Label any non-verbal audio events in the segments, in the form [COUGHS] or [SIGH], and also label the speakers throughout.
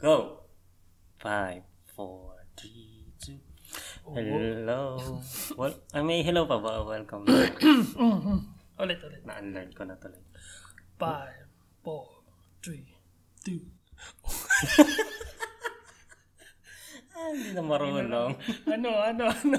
Speaker 1: Go! Five, four, three, two. Oh. [LAUGHS] Hello. Well, I may hello pa ba? Welcome back.
Speaker 2: Ulit, ulit.
Speaker 1: Na-unlearn ko na tuloy.
Speaker 2: Five, four, three, two.
Speaker 1: Hindi na marunong.
Speaker 2: Ano, ano, ano?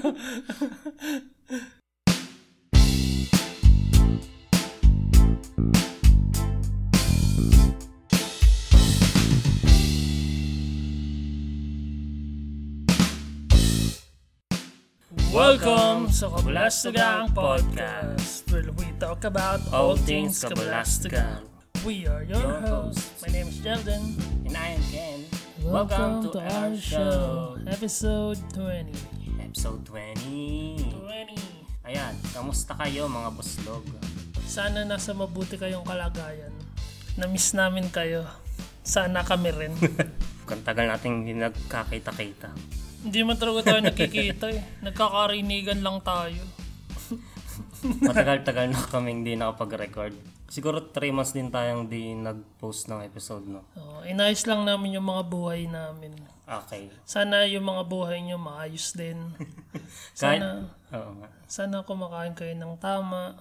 Speaker 2: Welcome sa Kabulastugang Podcast where we talk about all things Kabulastugang. We are your,
Speaker 1: Your
Speaker 2: hosts.
Speaker 1: hosts.
Speaker 2: My name is Sheldon.
Speaker 1: And I am Ken. Welcome, to, our show.
Speaker 2: Episode 20.
Speaker 1: Episode 20.
Speaker 2: 20.
Speaker 1: Ayan, kamusta kayo mga [LAUGHS] buslog?
Speaker 2: Sana nasa mabuti kayong kalagayan. Namiss namin kayo. Sana kami [LAUGHS] rin.
Speaker 1: Kung tagal nating hindi nagkakita-kita.
Speaker 2: Hindi man talaga tayo nakikita eh. Nagkakarinigan lang tayo.
Speaker 1: Matagal-tagal na kaming di nakapag-record. Siguro 3 months din tayong di nag-post ng episode, no?
Speaker 2: Oh, inayos lang namin yung mga buhay namin.
Speaker 1: Okay.
Speaker 2: Sana yung mga buhay nyo maayos [LAUGHS] din.
Speaker 1: Kahit,
Speaker 2: Sana,
Speaker 1: oo nga.
Speaker 2: sana kumakain kayo ng tama.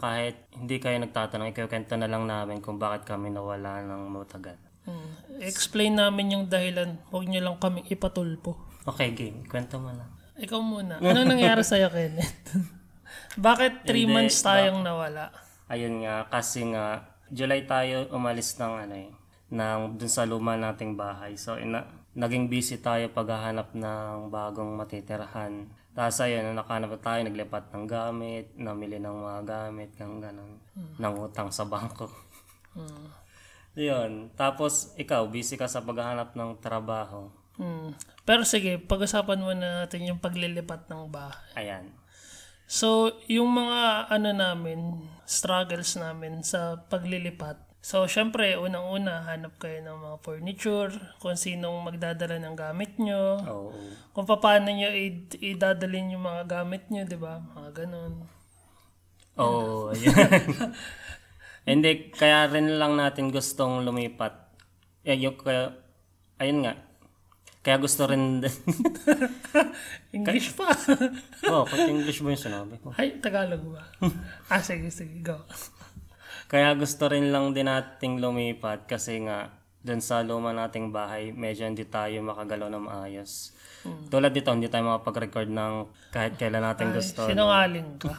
Speaker 1: Kahit hindi kayo nagtatanong, ikikwento na lang namin kung bakit kami nawala ng matagal.
Speaker 2: Hmm. Explain namin yung dahilan. Huwag nyo lang kaming ipatulpo.
Speaker 1: Okay, game. Kwento mo na.
Speaker 2: Ikaw muna. Ano nangyari sa'yo, Kenneth? [LAUGHS] Bakit 3
Speaker 1: Hindi,
Speaker 2: months tayong nawala?
Speaker 1: Ayun nga, kasi nga, July tayo umalis ng ano eh, ng, dun sa luma nating bahay. So, ina, naging busy tayo paghahanap ng bagong matitirahan. Tapos ayun, nakahanap na tayo, naglipat ng gamit, namili ng mga gamit, ng ganun, ng utang sa bangko. [LAUGHS]
Speaker 2: Hmm.
Speaker 1: Yun. Tapos, ikaw, busy ka sa paghahanap ng trabaho.
Speaker 2: Hmm. Pero sige, pag-usapan muna natin yung paglilipat ng bahay.
Speaker 1: Ayan.
Speaker 2: So, yung mga ano namin, struggles namin sa paglilipat. So, syempre, unang-una, hanap kayo ng mga furniture, kung sinong magdadala ng gamit nyo,
Speaker 1: Oo.
Speaker 2: kung paano nyo i- idadalin yung mga gamit nyo, di ba? Mga ganun.
Speaker 1: [LAUGHS] Oo, yun. Hindi, kaya rin lang natin gustong lumipat. Eh, yung, kaya, ayun nga. Kaya gusto rin, [LAUGHS]
Speaker 2: English pa. [LAUGHS]
Speaker 1: oh, pati English mo yung sinabi ko.
Speaker 2: Ay, Tagalog ba? ah, sige, sige, go.
Speaker 1: Kaya gusto rin lang din nating lumipat kasi nga, dun sa luma nating bahay, medyo hindi tayo makagalaw ng maayos. Tulad dito, hindi tayo makapag-record ng kahit kailan natin gusto.
Speaker 2: Sinungaling ka.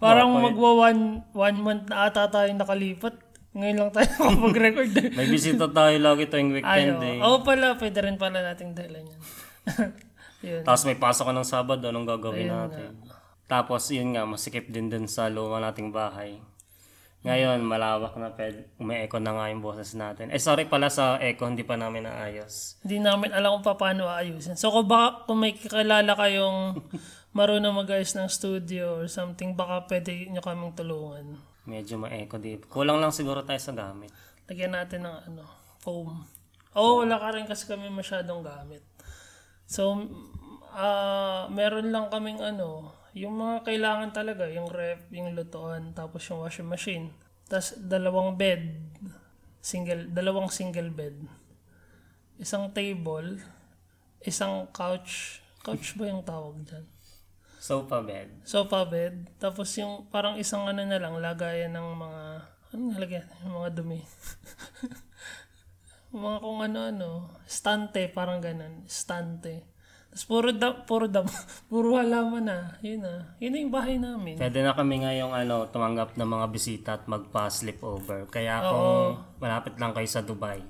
Speaker 2: Parang magwa one, one month na ata tayo nakalipat. Ngayon lang tayo [LAUGHS] makapag-record.
Speaker 1: May bisita tayo lagi tuwing weekend eh.
Speaker 2: Ayaw. Oo pala, pwede rin pala nating dahilan yan. [LAUGHS] Yun.
Speaker 1: Tapos may pasok ka ng Sabado, anong gagawin natin? Tapos yun nga, masikip din dun sa luma nating bahay. Ngayon, malawak na pwede. Umi-echo na nga yung boses natin. Eh, sorry pala sa echo, hindi pa namin naayos.
Speaker 2: Hindi namin alam kung paano aayusin. So kung baka kung may kakilala kayong marunong mag-ayos ng studio or something, baka pwede nyo kaming tulungan.
Speaker 1: Medyo ma-echo dito. Kulang lang siguro tayo sa gamit.
Speaker 2: Lagyan natin ng ano, foam. Oo, oh, wala ka rin kasi kami masyadong gamit. So, ah meron lang kaming ano, yung mga kailangan talaga, yung ref, yung lutoan, tapos yung washing machine. Tapos dalawang bed, single, dalawang single bed. Isang table, isang couch. Couch ba yung tawag dyan?
Speaker 1: Sofa bed.
Speaker 2: Sofa bed. Tapos yung parang isang ano na lang, lagayan ng mga, ano nalagyan? Yung mga dumi. [LAUGHS] mga kung ano-ano. Stante, parang ganun. Stante. Tapos puro, da, puro, dam, [LAUGHS] puro halaman na. Yun na. Yun na yung bahay namin.
Speaker 1: Pwede na kami ngayong ano, tumanggap ng mga bisita at magpa-sleepover. Kaya kung malapit lang kayo sa Dubai,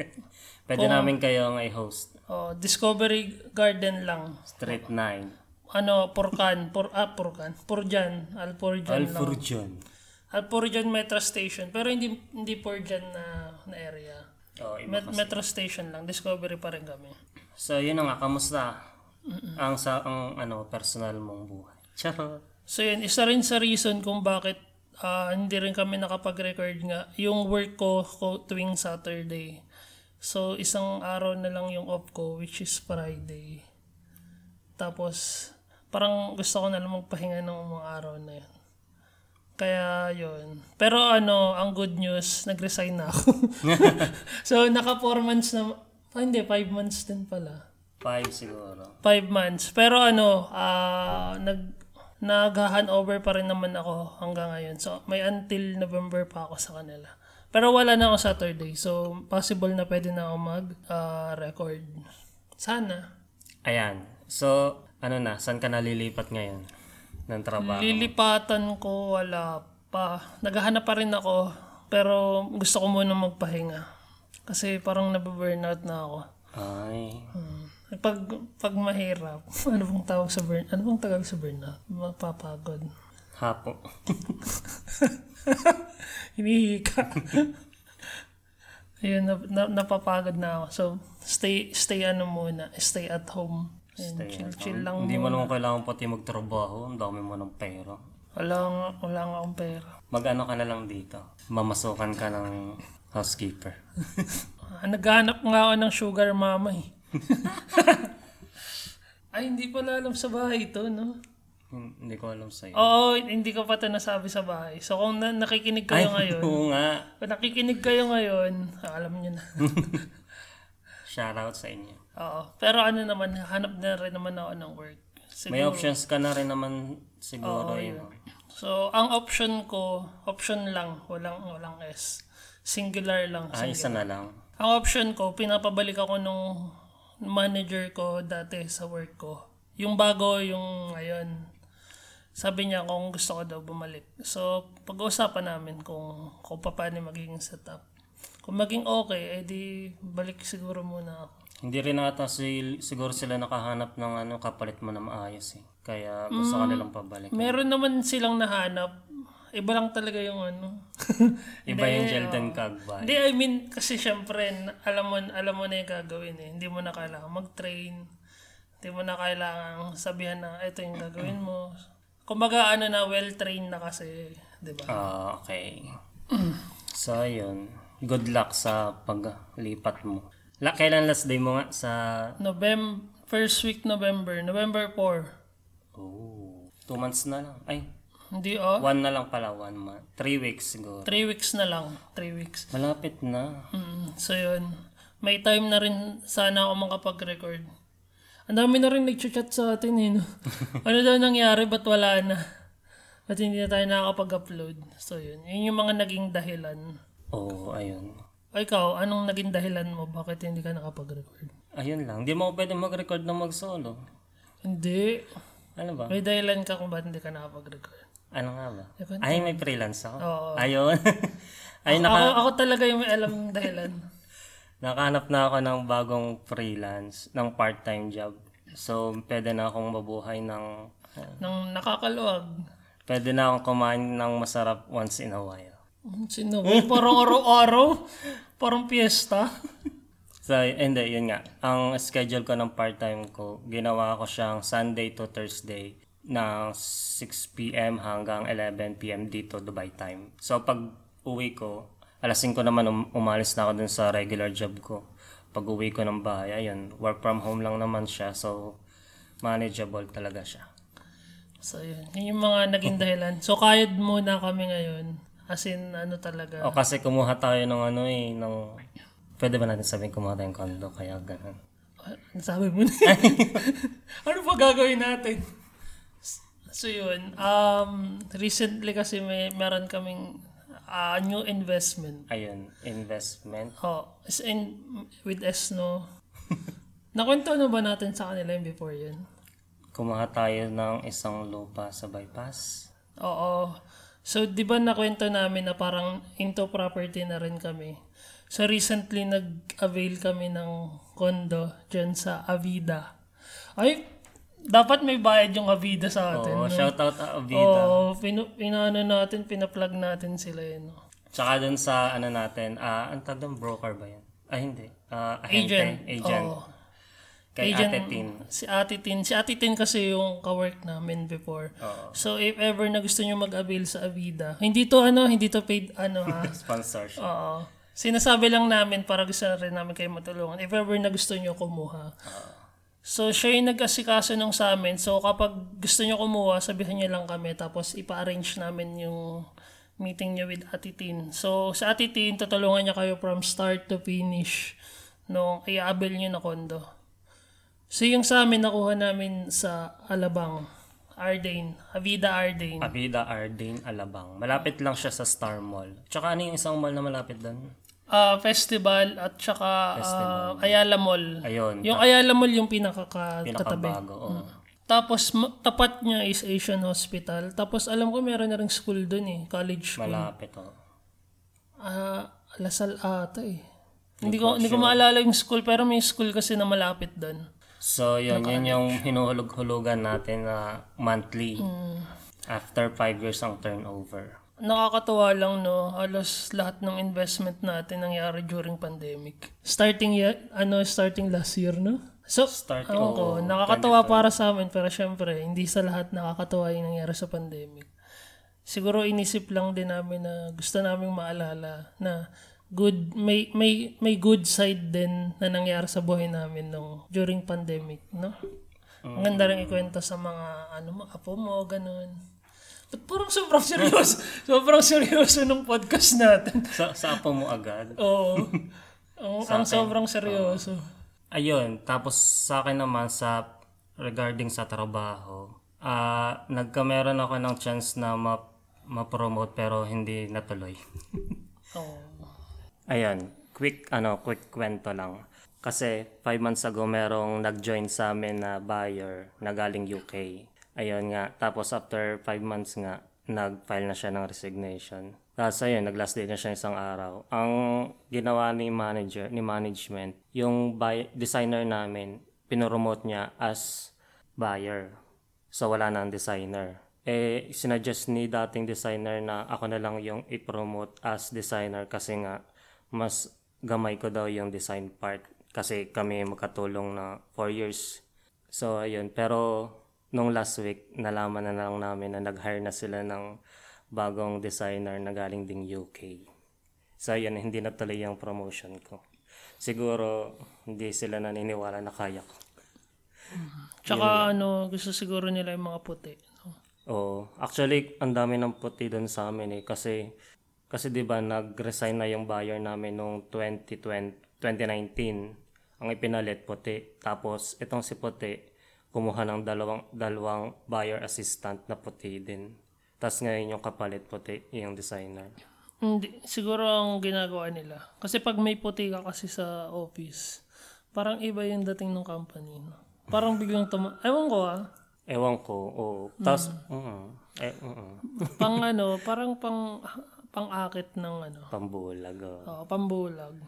Speaker 1: [LAUGHS] pwede namin kayong i-host.
Speaker 2: Oh, Discovery Garden lang.
Speaker 1: Street 9.
Speaker 2: Ano, Porcan. Por, ah, Porcan. Porjan. Alporjan lang.
Speaker 1: Alfurjon.
Speaker 2: Alporjan Metro Station. Pero hindi hindi Porjan na, na area.
Speaker 1: Oh, iba
Speaker 2: Met- metro Station lang. Discovery pa rin kami.
Speaker 1: So, yun na nga, kamusta ang sa ang ano personal mong buhay? [LAUGHS] Charot.
Speaker 2: So yun, isa rin sa reason kung bakit ah, hindi rin kami nakapag-record nga. Yung work ko, ko tuwing Saturday. So isang araw na lang yung off ko which is Friday. Tapos parang gusto ko na lang magpahinga ng mga araw na yun. Kaya yun. [LAUGHS] Pero ano, ang good news, nag-resign na ako. so naka 4 months na Ah, hindi, five months din pala.
Speaker 1: Five siguro.
Speaker 2: Five months. Pero ano, ah, nag nag-handover pa rin naman ako hanggang ngayon. So, may until November pa ako sa kanila. Pero wala na ako Saturday. So, possible na pwede na ako mag-record. Sana.
Speaker 1: Ayan. So, ano na, saan ka nalilipat ngayon ng trabaho?
Speaker 2: Lilipatan ko, wala pa. Naghahanap pa rin ako. Pero gusto ko muna magpahinga. Kasi parang nababurnout na ako.
Speaker 1: Ay.
Speaker 2: Hmm. Pag, pag mahirap, [LAUGHS] ano bang tawag sa burn? Ano bang tawag sa burnout? Mapapagod.
Speaker 1: Hapo.
Speaker 2: Hinihika. [LAUGHS] Ayun, nap- na, napapagod na ako. So, stay, stay ano muna. Stay at home. Ayun,
Speaker 1: Stay
Speaker 2: chill, chill lang.
Speaker 1: Hindi mo naman kailangan pati magtrabaho. Ang dami mo ng pera.
Speaker 2: Wala nga, wala nga akong pera.
Speaker 1: Mag-ano ka na lang dito. Mamasukan ka ng housekeeper.
Speaker 2: Ah, Naghanap nga ako ng sugar mama eh. Ay, hindi pala alam sa bahay ito, no?
Speaker 1: Hindi ko alam sa'yo.
Speaker 2: Oo, hindi ko pa ito nasabi sa bahay. So, kung na- nakikinig kayo ngayon,
Speaker 1: [LAUGHS] Oo nga.
Speaker 2: Kung nakikinig kayo ngayon, ah, alam nyo na.
Speaker 1: Shoutout sa inyo.
Speaker 2: Oo. Pero ano naman, hanap na rin naman ako ng work. Sig-
Speaker 1: May options ka na rin naman siguro. eh, yun.
Speaker 2: So, ang option ko, option lang, walang, walang S. Singular lang.
Speaker 1: Ah, isa na lang.
Speaker 2: Ang option ko, pinapabalik ako nung manager ko dati sa work ko. Yung bago, yung ngayon. Sabi niya kung gusto ko daw bumalik. So, pag-uusapan namin kung, kung paano magiging setup. Kung maging okay, edi balik siguro muna ako.
Speaker 1: Hindi rin ata si, siguro sila nakahanap ng ano, kapalit mo na maayos eh. Kaya gusto ka nilang pabalik.
Speaker 2: Meron naman silang nahanap. Iba lang talaga yung ano.
Speaker 1: [LAUGHS] Iba yung Jelden Kagbay.
Speaker 2: Hindi, I mean, kasi syempre, na- alam mo, alam mo na yung gagawin eh. Hindi mo na kailangan mag-train. Hindi mo na kailangan sabihan na ito yung gagawin mo. Kumbaga, ano na, well-trained na kasi. Di ba?
Speaker 1: Ah, okay. So, yun. Good luck sa paglipat mo. La, kailan last day mo nga sa...
Speaker 2: November, first week November, November 4.
Speaker 1: Oh, two months na lang. Ay,
Speaker 2: Hindi, oh.
Speaker 1: one na lang pala. One month. Three weeks siguro.
Speaker 2: Three weeks na lang. Three weeks.
Speaker 1: Malapit na.
Speaker 2: Mm, so yun. May time na rin sana ako makapag-record. Ang dami na rin nag-chat sa atin eh.
Speaker 1: [LAUGHS]
Speaker 2: No? ano daw nangyari? Ba't wala na? Ba't hindi na tayo nakakapag-upload? So yun. Yun yung mga naging dahilan.
Speaker 1: Oo, oh, ayun.
Speaker 2: O ikaw, anong naging dahilan mo? Bakit hindi ka nakapag-record?
Speaker 1: Ayun lang. Hindi mo ako pwede mag-record ng mag-solo.
Speaker 2: Hindi.
Speaker 1: Ano ba?
Speaker 2: May dahilan ka kung bakit hindi ka nakapag-record.
Speaker 1: Ano nga ba?
Speaker 2: Eh, kwento
Speaker 1: Ay, may freelance ako.
Speaker 2: Oo.
Speaker 1: Ayun. [LAUGHS] Ay, naka,
Speaker 2: Ako, ako talaga yung may alam yung
Speaker 1: [LAUGHS]
Speaker 2: dahilan.
Speaker 1: nakahanap na ako ng bagong freelance, ng part-time job. So, pwede na akong mabuhay ng...
Speaker 2: Nang nakakaluwag.
Speaker 1: Pwede na akong kumain ng masarap once in a while.
Speaker 2: Sino? Parang oro-oro? Parang piyesta?
Speaker 1: So, hindi, yun nga. Ang schedule ko ng part-time ko, ginawa ko siyang Sunday to Thursday na 6pm hanggang 11pm dito Dubai time. So, pag uwi ko, alas 5 naman um- umalis na ako dun sa regular job ko. Pag uwi ko ng bahay, ayun, work from home lang naman siya. So, manageable talaga siya.
Speaker 2: So, yun. Yun yung mga naging dahilan. So, kayad muna kami ngayon. As in, ano talaga.
Speaker 1: O kasi kumuha tayo ng ano eh, ng... Pwede ba natin sabihin kumuha tayong condo? Kaya ganun.
Speaker 2: Ang Sabi Ah, mo na. [LAUGHS] ano pa gagawin natin? So, yun. Um, recently kasi may, meron kaming ah, new investment.
Speaker 1: Ayun, investment.
Speaker 2: Oh, as in, with S, no? Nakwento na ba natin sa kanila yung before yun?
Speaker 1: Kumuha tayo ng isang lupa sa bypass.
Speaker 2: Oo. So, di ba nakwento namin na parang into property na rin kami? So, recently nag-avail kami ng condo dyan sa Avida. Ay, dapat may bayad yung Avida sa atin.
Speaker 1: Oo, shoutout ah, out Avita.
Speaker 2: Oo, pinu- pinaano natin, pinaplug natin sila yun. no?
Speaker 1: Tsaka dun sa ano natin, ah ang tawag doon, broker ba yan? Ah, hindi. Ah, ahente,
Speaker 2: Agent.
Speaker 1: Agent.
Speaker 2: Oo.
Speaker 1: Kay
Speaker 2: Agent-
Speaker 1: Ate Tin.
Speaker 2: Eh, Si Ate Tin. Si Ate Tin kasi yung kawork namin before.
Speaker 1: Oo.
Speaker 2: So, if ever na gusto nyo mag-avail sa Avida, hindi to ano, hindi to paid ano ha.
Speaker 1: Sponsor siya.
Speaker 2: Oo. Sinasabi lang namin para gusto na rin namin kayo matulungan. If ever na gusto nyo kumuha. So, siya yung nag-asikaso nung sa amin. So, kapag gusto nyo kumuha, sabihan nyo lang kami. Tapos, ipa-arrange namin yung meeting nyo with Ate Tin. So, sa Ate Tin, tutulungan niya kayo from start to finish nung i-abel nyo na kondo. So yung sa amin, nakuha namin sa Alabang, Ardane, Avida Ardane.
Speaker 1: Avida Ardane Alabang. Malapit lang siya sa Star Mall. Tsaka ano yung isang mall na malapit doon?
Speaker 2: Ah, festival at saka ah, Ayala Mall.
Speaker 1: Ayun.
Speaker 2: Yung Hmm. Ayala Mall yung pinakakatabi.
Speaker 1: Pinakabago. oo.
Speaker 2: Tapos ma- tapat niya is Asian Hospital. Tapos alam ko meron na ring school doon eh, college school.
Speaker 1: Malapit. Oh.
Speaker 2: Ah, Lasal ata eh. Hindi ko hindi ko maalala yung school pero may school kasi na malapit doon.
Speaker 1: So, yun. Yun yung hinuhulog-hulugan natin na monthly.
Speaker 2: Hmm.
Speaker 1: After 5 years ang turnover.
Speaker 2: Nakakatuwa lang no, halos lahat ng investment natin nangyari during pandemic. Starting ya, ano starting last year no? So,
Speaker 1: Start,
Speaker 2: Ewan ko,
Speaker 1: oo.
Speaker 2: nakakatawa para sa amin pero syempre hindi sa lahat nakakatawa yung nangyari sa pandemic. Siguro inisip lang din namin na gusto naming maalala na good may may may good side din na nangyari sa buhay namin nung during pandemic, no? Ang ganda rin ikwento sa mga ano mo, apo mo, ganun. Ba't parang sobrang seryoso? [LAUGHS] sobrang seryoso ng podcast natin. [LAUGHS]
Speaker 1: Sa, sa apo mo agad.
Speaker 2: Oo. ang, ang sobrang seryoso.
Speaker 1: Ayun, tapos sa akin naman sa regarding sa trabaho, ah nagkameron ako ng chance na ma- ma-promote pero hindi natuloy.
Speaker 2: Oo.
Speaker 1: Ayan, quick ano, quick kwento lang. Kasi five months ago merong nag-join sa amin na buyer na galing UK. Ayun nga, tapos after five months nga, nag-file na siya ng resignation. Tapos ayun, nag-last day na siya isang araw. Ang ginawa ni manager, ni management, yung buy- designer namin, pinoromote niya as buyer. So wala na ang designer. Eh, sinuggest ni dating designer na ako na lang yung i-promote as designer kasi nga mas gamay ko daw yung design part kasi kami magkatulong na 4 years. So, ayun. Pero, nung last week, nalaman na lang namin na nag-hire na sila ng bagong designer na galing ding UK. So, ayun. Hindi natuloy yung promotion ko. Siguro, hindi sila naniniwala na kaya ko.
Speaker 2: Tsaka ano, gusto siguro nila yung mga puti. No?
Speaker 1: Oo. Actually, ang dami ng puti doon sa amin eh. Kasi, kasi di ba nag-resign na yung buyer namin noong 2020, 2019. Ang ipinalit, puti. Tapos, itong si puti, kumuha ng dalawang, dalawang buyer assistant na puti din. Tapos ngayon yung kapalit puti, yung designer.
Speaker 2: Hindi, siguro ang ginagawa nila. Kasi pag may puti ka kasi sa office, parang iba yung dating ng company. No? Parang biglang tuma... Ewan ko ah.
Speaker 1: Ewan ko, oo. Tapos, oo. Eh, oo.
Speaker 2: Pang ano, parang pang pang-akit ng ano,
Speaker 1: Pambulag, oo.
Speaker 2: oh, pambulag.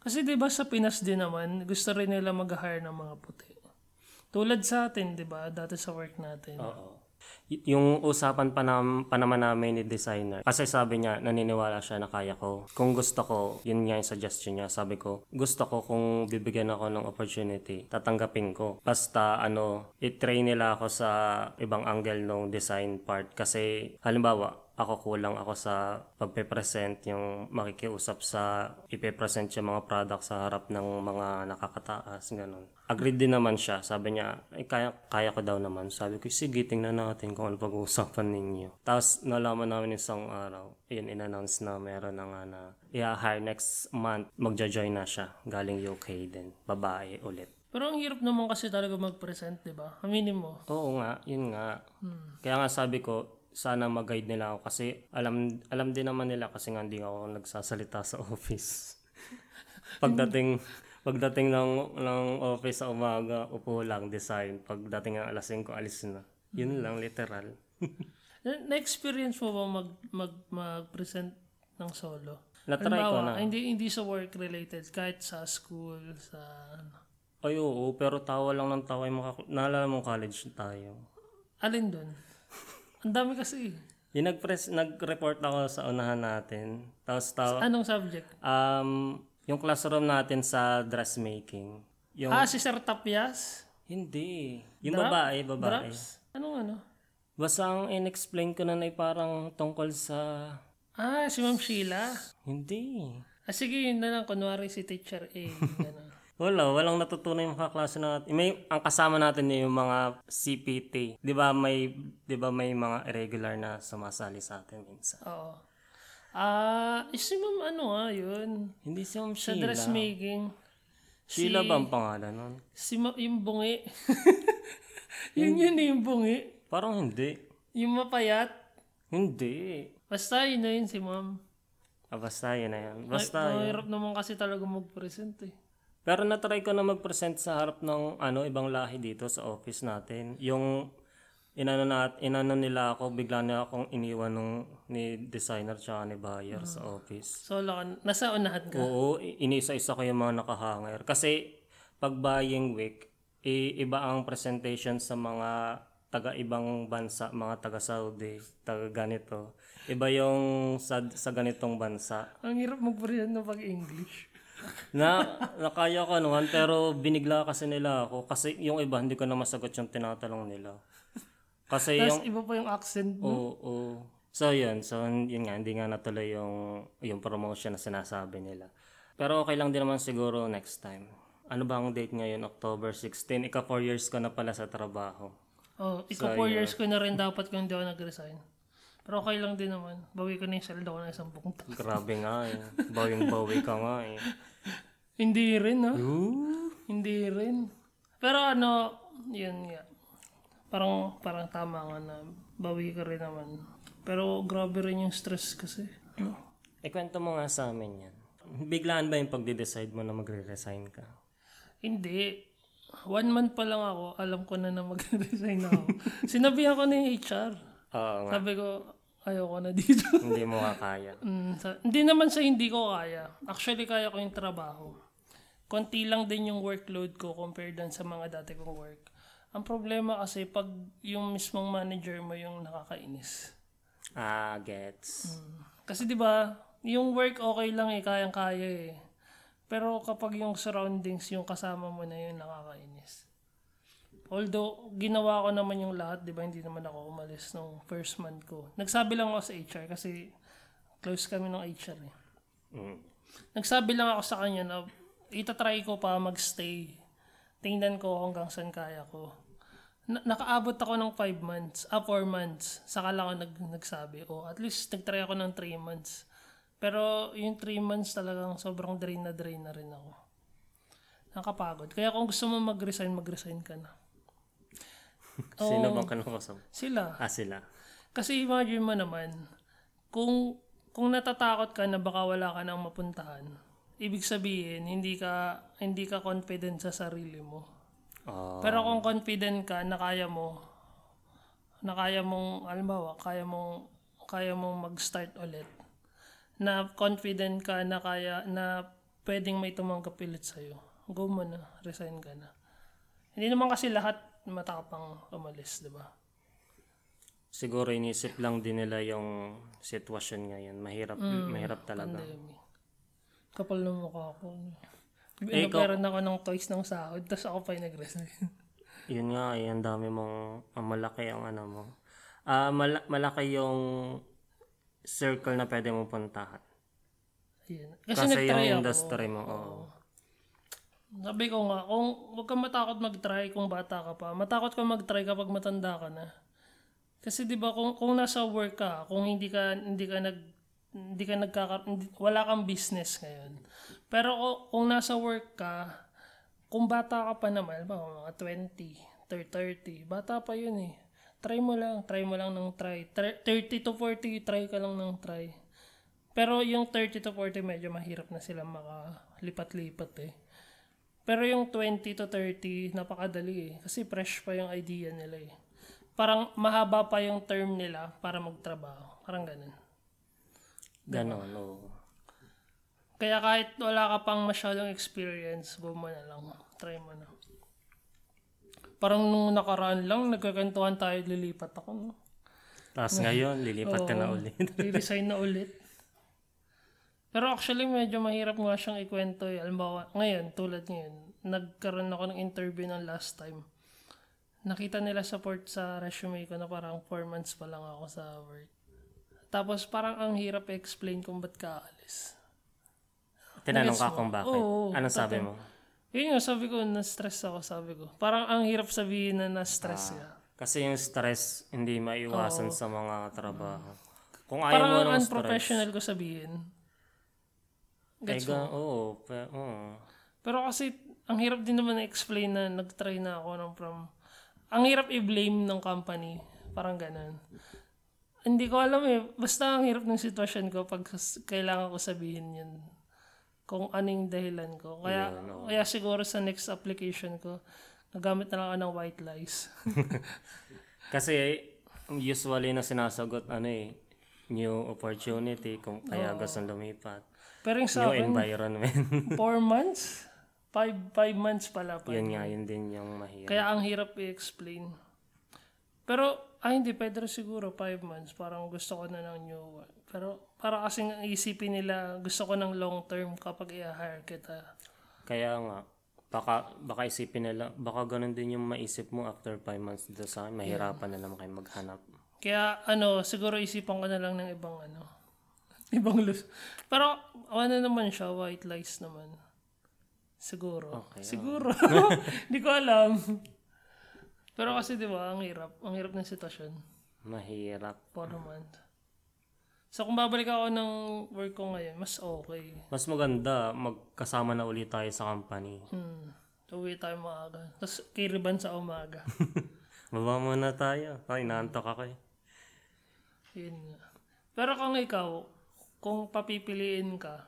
Speaker 2: Kasi 'di ba sa Pinas din naman, gusto rin nila mag-hire ng mga puti. Tulad sa atin, 'di ba, dati sa work natin.
Speaker 1: Oo. Y- yung usapan pa, nam- pa naman namin ni designer, kasi sabi niya, naniniwala siya na kaya ko. Kung gusto ko, yun nga yung suggestion niya. Sabi ko, gusto ko kung bibigyan ako ng opportunity, tatanggapin ko. Basta ano, itry nila ako sa ibang angle ng design part. Kasi halimbawa, ako kulang ako sa pagpe-present yung makikiusap sa ipe-present yung mga product sa harap ng mga nakakataas, ganun. Agreed din naman siya. Sabi niya, "Ay, kaya, kaya ko daw naman. Sabi ko, sige, tingnan natin kung ano pag-uusapan ninyo. Tapos, nalaman namin isang araw, yun, in-announce na meron na nga na, i-hire next month, magja-join na siya. Galing UK din. Babae ulit.
Speaker 2: Pero ang hirap naman kasi talaga mag-present, 'di ba? Aminin mo.
Speaker 1: Oo nga, yun nga. Kaya nga sabi ko, sana mag-guide nila ako kasi alam alam din naman nila kasi nga hindi ako nagsasalita sa office. [LAUGHS] pagdating pagdating ng ng office sa umaga, upo lang design. Pagdating ng alas 5 alis na. Yun lang literal.
Speaker 2: Na- Na-experience mo ba mag, mag, mag-present ng solo?
Speaker 1: Na-try ko Ah, na.
Speaker 2: Halimbawa, Hindi, hindi sa work-related, kahit sa school, sa...
Speaker 1: Ay oo, pero tawa lang ng tawa yung mga naalala mong college tayo.
Speaker 2: Alin dun? Ang dami kasi.
Speaker 1: Yung nag-press, nag-report ako sa unahan natin. Tapos tawa,
Speaker 2: Anong subject?
Speaker 1: um, yung classroom natin sa dressmaking. Yung
Speaker 2: Ah, si Sir Tapias?
Speaker 1: Hindi. Yung babae, babae.
Speaker 2: Drops? Anong ano?
Speaker 1: Basta ang in-explain ko na na parang tungkol sa...
Speaker 2: Ah, si Ma'am Sheila.
Speaker 1: Hindi.
Speaker 2: Ah, sige, yun na lang. Kunwari si
Speaker 1: [LAUGHS]
Speaker 2: Teacher A. Ganun.
Speaker 1: Wala, walang natutunan yung mga kaklase natin. May, ang kasama natin yung mga CPT. Di ba may, di ba may mga irregular na sumasali sa atin minsan?
Speaker 2: Oo. Ah, eh, si Ma'am ano ah, yun.
Speaker 1: Hindi si Ma'am
Speaker 2: Sa
Speaker 1: Sheila.
Speaker 2: dressmaking.
Speaker 1: Sheila ba ang pangalan nun?
Speaker 2: Si ma- yung
Speaker 1: [LAUGHS]
Speaker 2: bungi. yun yun eh, yung bungi.
Speaker 1: Parang hindi.
Speaker 2: Yung mapayat.
Speaker 1: Hindi.
Speaker 2: Basta yun na yun si ma'am.
Speaker 1: Ah, basta yun na yan.
Speaker 2: Ay,
Speaker 1: Basta yun.
Speaker 2: Mahirap naman kasi talaga mag-present eh.
Speaker 1: Pero natry ko na mag-present sa harap ng ano, ibang lahi dito sa office natin. Yung inano, na, inano nila ako, bigla na akong iniwan nung, ni designer tsaka ni buyer sa office.
Speaker 2: So, wala ka- nasa unahan ka.
Speaker 1: Oo, i- inisa-isa ko yung mga nakahanger. Kasi pag buying week, i- iba ang presentation sa mga taga-ibang bansa, mga taga-Saudi, taga-ganito. Iba yung sa, sa ganitong bansa.
Speaker 2: Oh. Ang hirap mag-present na pag-English.
Speaker 1: na nakaya ko naman pero binigla kasi nila ako kasi yung iba hindi ko na masagot yung tinatanong nila. Kasi yung
Speaker 2: Tapos iba pa yung accent mo.
Speaker 1: oo, oo. So yun, so yun nga hindi nga natuloy yung yung promotion na sinasabi nila. Pero okay lang din naman siguro next time. Ano ba ang date ngayon? October 16. Ika 4 years ko na pala sa trabaho.
Speaker 2: Oh, ikaw 4 years ko na rin dapat kung hindi ako nag-resign. Pero okay lang din naman. Bawi ko na yung saldo ko ng isang buong taon.
Speaker 1: Grabe nga eh. Bawing-bawi ka nga eh.
Speaker 2: Hindi rin, no?
Speaker 1: Ooh.
Speaker 2: Hindi rin. Pero ano, yun nga. Parang, parang tama nga na bawi ka rin naman. Pero grabe rin yung stress kasi. No?
Speaker 1: Ikwento mo nga sa amin yan. Biglaan ba yung pagde-decide mo na magre-resign ka?
Speaker 2: Hindi. One month pa lang ako, alam ko na na mag-resign [LAUGHS] ako. Sinabihan ko na yung HR.
Speaker 1: Oo nga.
Speaker 2: Sabi ko, ayoko na [LAUGHS] dito.
Speaker 1: hindi mo nga kaya.
Speaker 2: Mm, sa- hindi naman sa hindi ko kaya. Actually, kaya ko yung trabaho. Konti lang din yung workload ko compared dun sa mga dati kong work. Ang problema kasi pag yung mismong manager mo yung nakakainis.
Speaker 1: Ah, gets.
Speaker 2: Mm. Kasi 'di ba, yung work okay lang eh, kayang-kaya eh. Pero kapag yung surroundings, yung kasama mo na yun nakakainis. Although, ginawa ko naman yung lahat, di ba? Hindi naman ako umalis nung first month ko. Nagsabi lang ako sa HR kasi close kami ng HR eh.
Speaker 1: Mm.
Speaker 2: Nagsabi lang ako sa kanya na itatry ko pa magstay. Tingnan ko hanggang saan kaya ko. Na- nakaabot ako ng 5 months, ah 4 months. Saka lang ako nag- nagsabi, oh, at least nagtry ako ng 3 months. Pero yung 3 months talagang sobrang drain na drain na rin ako. Nakapagod. Kaya kung gusto mo mag-resign, mag-resign ka na. Oh.
Speaker 1: Sino bang kanukasab?
Speaker 2: Sila.
Speaker 1: Ah, sila.
Speaker 2: Kasi imagine mo naman, kung kung natatakot ka na baka wala ka nang mapuntahan, ibig sabihin hindi ka hindi ka confident sa sarili mo.
Speaker 1: Ah,
Speaker 2: Pero kung confident ka na kaya mo na kaya mong alimbawa, kaya mong kaya mong mag-start ulit na confident ka na kaya na pwedeng may tumanggap ulit sa'yo. Go mo na, resign ka na. Hindi naman kasi lahat matapang umalis, di ba?
Speaker 1: siguro inisip lang din nila yung sitwasyon ngayon. Mahirap,
Speaker 2: Mm.
Speaker 1: mahirap talaga.
Speaker 2: pandemic. Kapal na mukha ko.
Speaker 1: Eh, ikaw-
Speaker 2: Inaperan ako ng toys ng sahod, tapos ako pa yung nag-resign. [LAUGHS]
Speaker 1: Yun nga, eh, ang dami mong, ang malaki ang ano mo. Ah, mala- malaki yung circle na pwede mong puntahan.
Speaker 2: Ayun. Kasi,
Speaker 1: Kasi,
Speaker 2: nag-try
Speaker 1: yung
Speaker 2: ako.
Speaker 1: industry mo, oh, oo.
Speaker 2: Sabi ko nga, kung huwag kang matakot mag-try kung bata ka pa. Matakot ka mag-try kapag matanda ka na. Kasi 'di ba kung kung nasa work ka, kung hindi ka hindi ka nag hindi ka nagkaka hindi- wala kang business ngayon. Pero kung, kung nasa work ka, kung bata ka pa naman, ba, mga 20, 30, bata pa yun eh. Try mo lang, try mo lang ng try. Try- 30 to 40, try ka lang ng try. Pero yung 30 to 40, medyo mahirap na sila makalipat-lipat eh. Pero yung 20 to 30, napakadali eh. Kasi fresh pa yung idea nila eh. Parang mahaba pa yung term nila para magtrabaho. Parang ganun.
Speaker 1: Ganon, oh. oo.
Speaker 2: Kaya kahit wala ka pang masyadong experience, go mo na lang. Try mo na. Parang nung nakaraan lang, nagkakantuhan tayo, lilipat ako. No?
Speaker 1: Tapos ngayon, lilipat ka na ulit.
Speaker 2: Re-resign na ulit. Pero actually, medyo mahirap nga siyang ikwento. Eh. Alam ngayon, tulad ngayon, nagkaroon ako ng interview ng last time. Nakita nila support sa resume ko na parang 4 months pa lang ako sa work. Tapos parang ang hirap explain kung ba't ka aalis.
Speaker 1: Tinanong ka kung bakit.
Speaker 2: Oo, oo,
Speaker 1: Anong sabi mo?
Speaker 2: Yun yung sabi ko, na-stress ako, sabi ko. Parang ang hirap sabihin na na-stress ka.
Speaker 1: Kasi yung stress, hindi maiwasan sa mga trabaho. Kung ayaw
Speaker 2: Parang ano,
Speaker 1: mo
Speaker 2: ang
Speaker 1: ng stress,
Speaker 2: unprofessional ko sabihin.
Speaker 1: Gets Oo. pe- oo.
Speaker 2: Pero kasi, ang hirap din naman na-explain na nag-try na ako ng from... Ang hirap i-blame ng company. Parang ganun. Hindi ko alam eh. Basta ang hirap ng sitwasyon ko pag s- kailangan ko sabihin yun. Kung ano yung dahilan ko. Kaya, kaya siguro sa next application ko, nagamit na lang ako ng white lies. [LAUGHS]
Speaker 1: Kasi usually na sinasagot ano eh, new opportunity kung kaya gusto lumipat.
Speaker 2: Pero yung sa
Speaker 1: New
Speaker 2: akin,
Speaker 1: environment. [LAUGHS]
Speaker 2: 4 months? 5 months pala. pa.
Speaker 1: yun nga, yun din yung mahirap.
Speaker 2: Kaya ang hirap i-explain. Pero, ay hindi, pwede rin siguro 5 months. Parang gusto ko na ng new one. Pero, para kasing ang isipin nila, gusto ko ng long term kapag i-hire kita.
Speaker 1: Kaya nga, baka, baka isipin nila, baka ganun din yung maisip mo after 5 months dito sa akin, mahirapan na naman kayo maghanap.
Speaker 2: Kaya, ano, siguro isipan ko na lang ng ibang, ano, [LAUGHS] ibang lus. Pero, ano naman siya, white lies naman. Siguro. siguro. [LAUGHS] Hindi ko alam. Pero kasi, di ba, ang hirap. Ang hirap ng sitwasyon.
Speaker 1: Mahirap.
Speaker 2: For a month. So, kung babalik ako ng work ko ngayon, mas okay.
Speaker 1: Mas maganda, magkasama na ulit tayo sa company.
Speaker 2: Hmm. Uwi tayo maaga. Tapos, kiriban sa umaga.
Speaker 1: Baba muna tayo. Ay, naantok ako eh.
Speaker 2: Yun nga. Pero kung ikaw, kung papipiliin ka,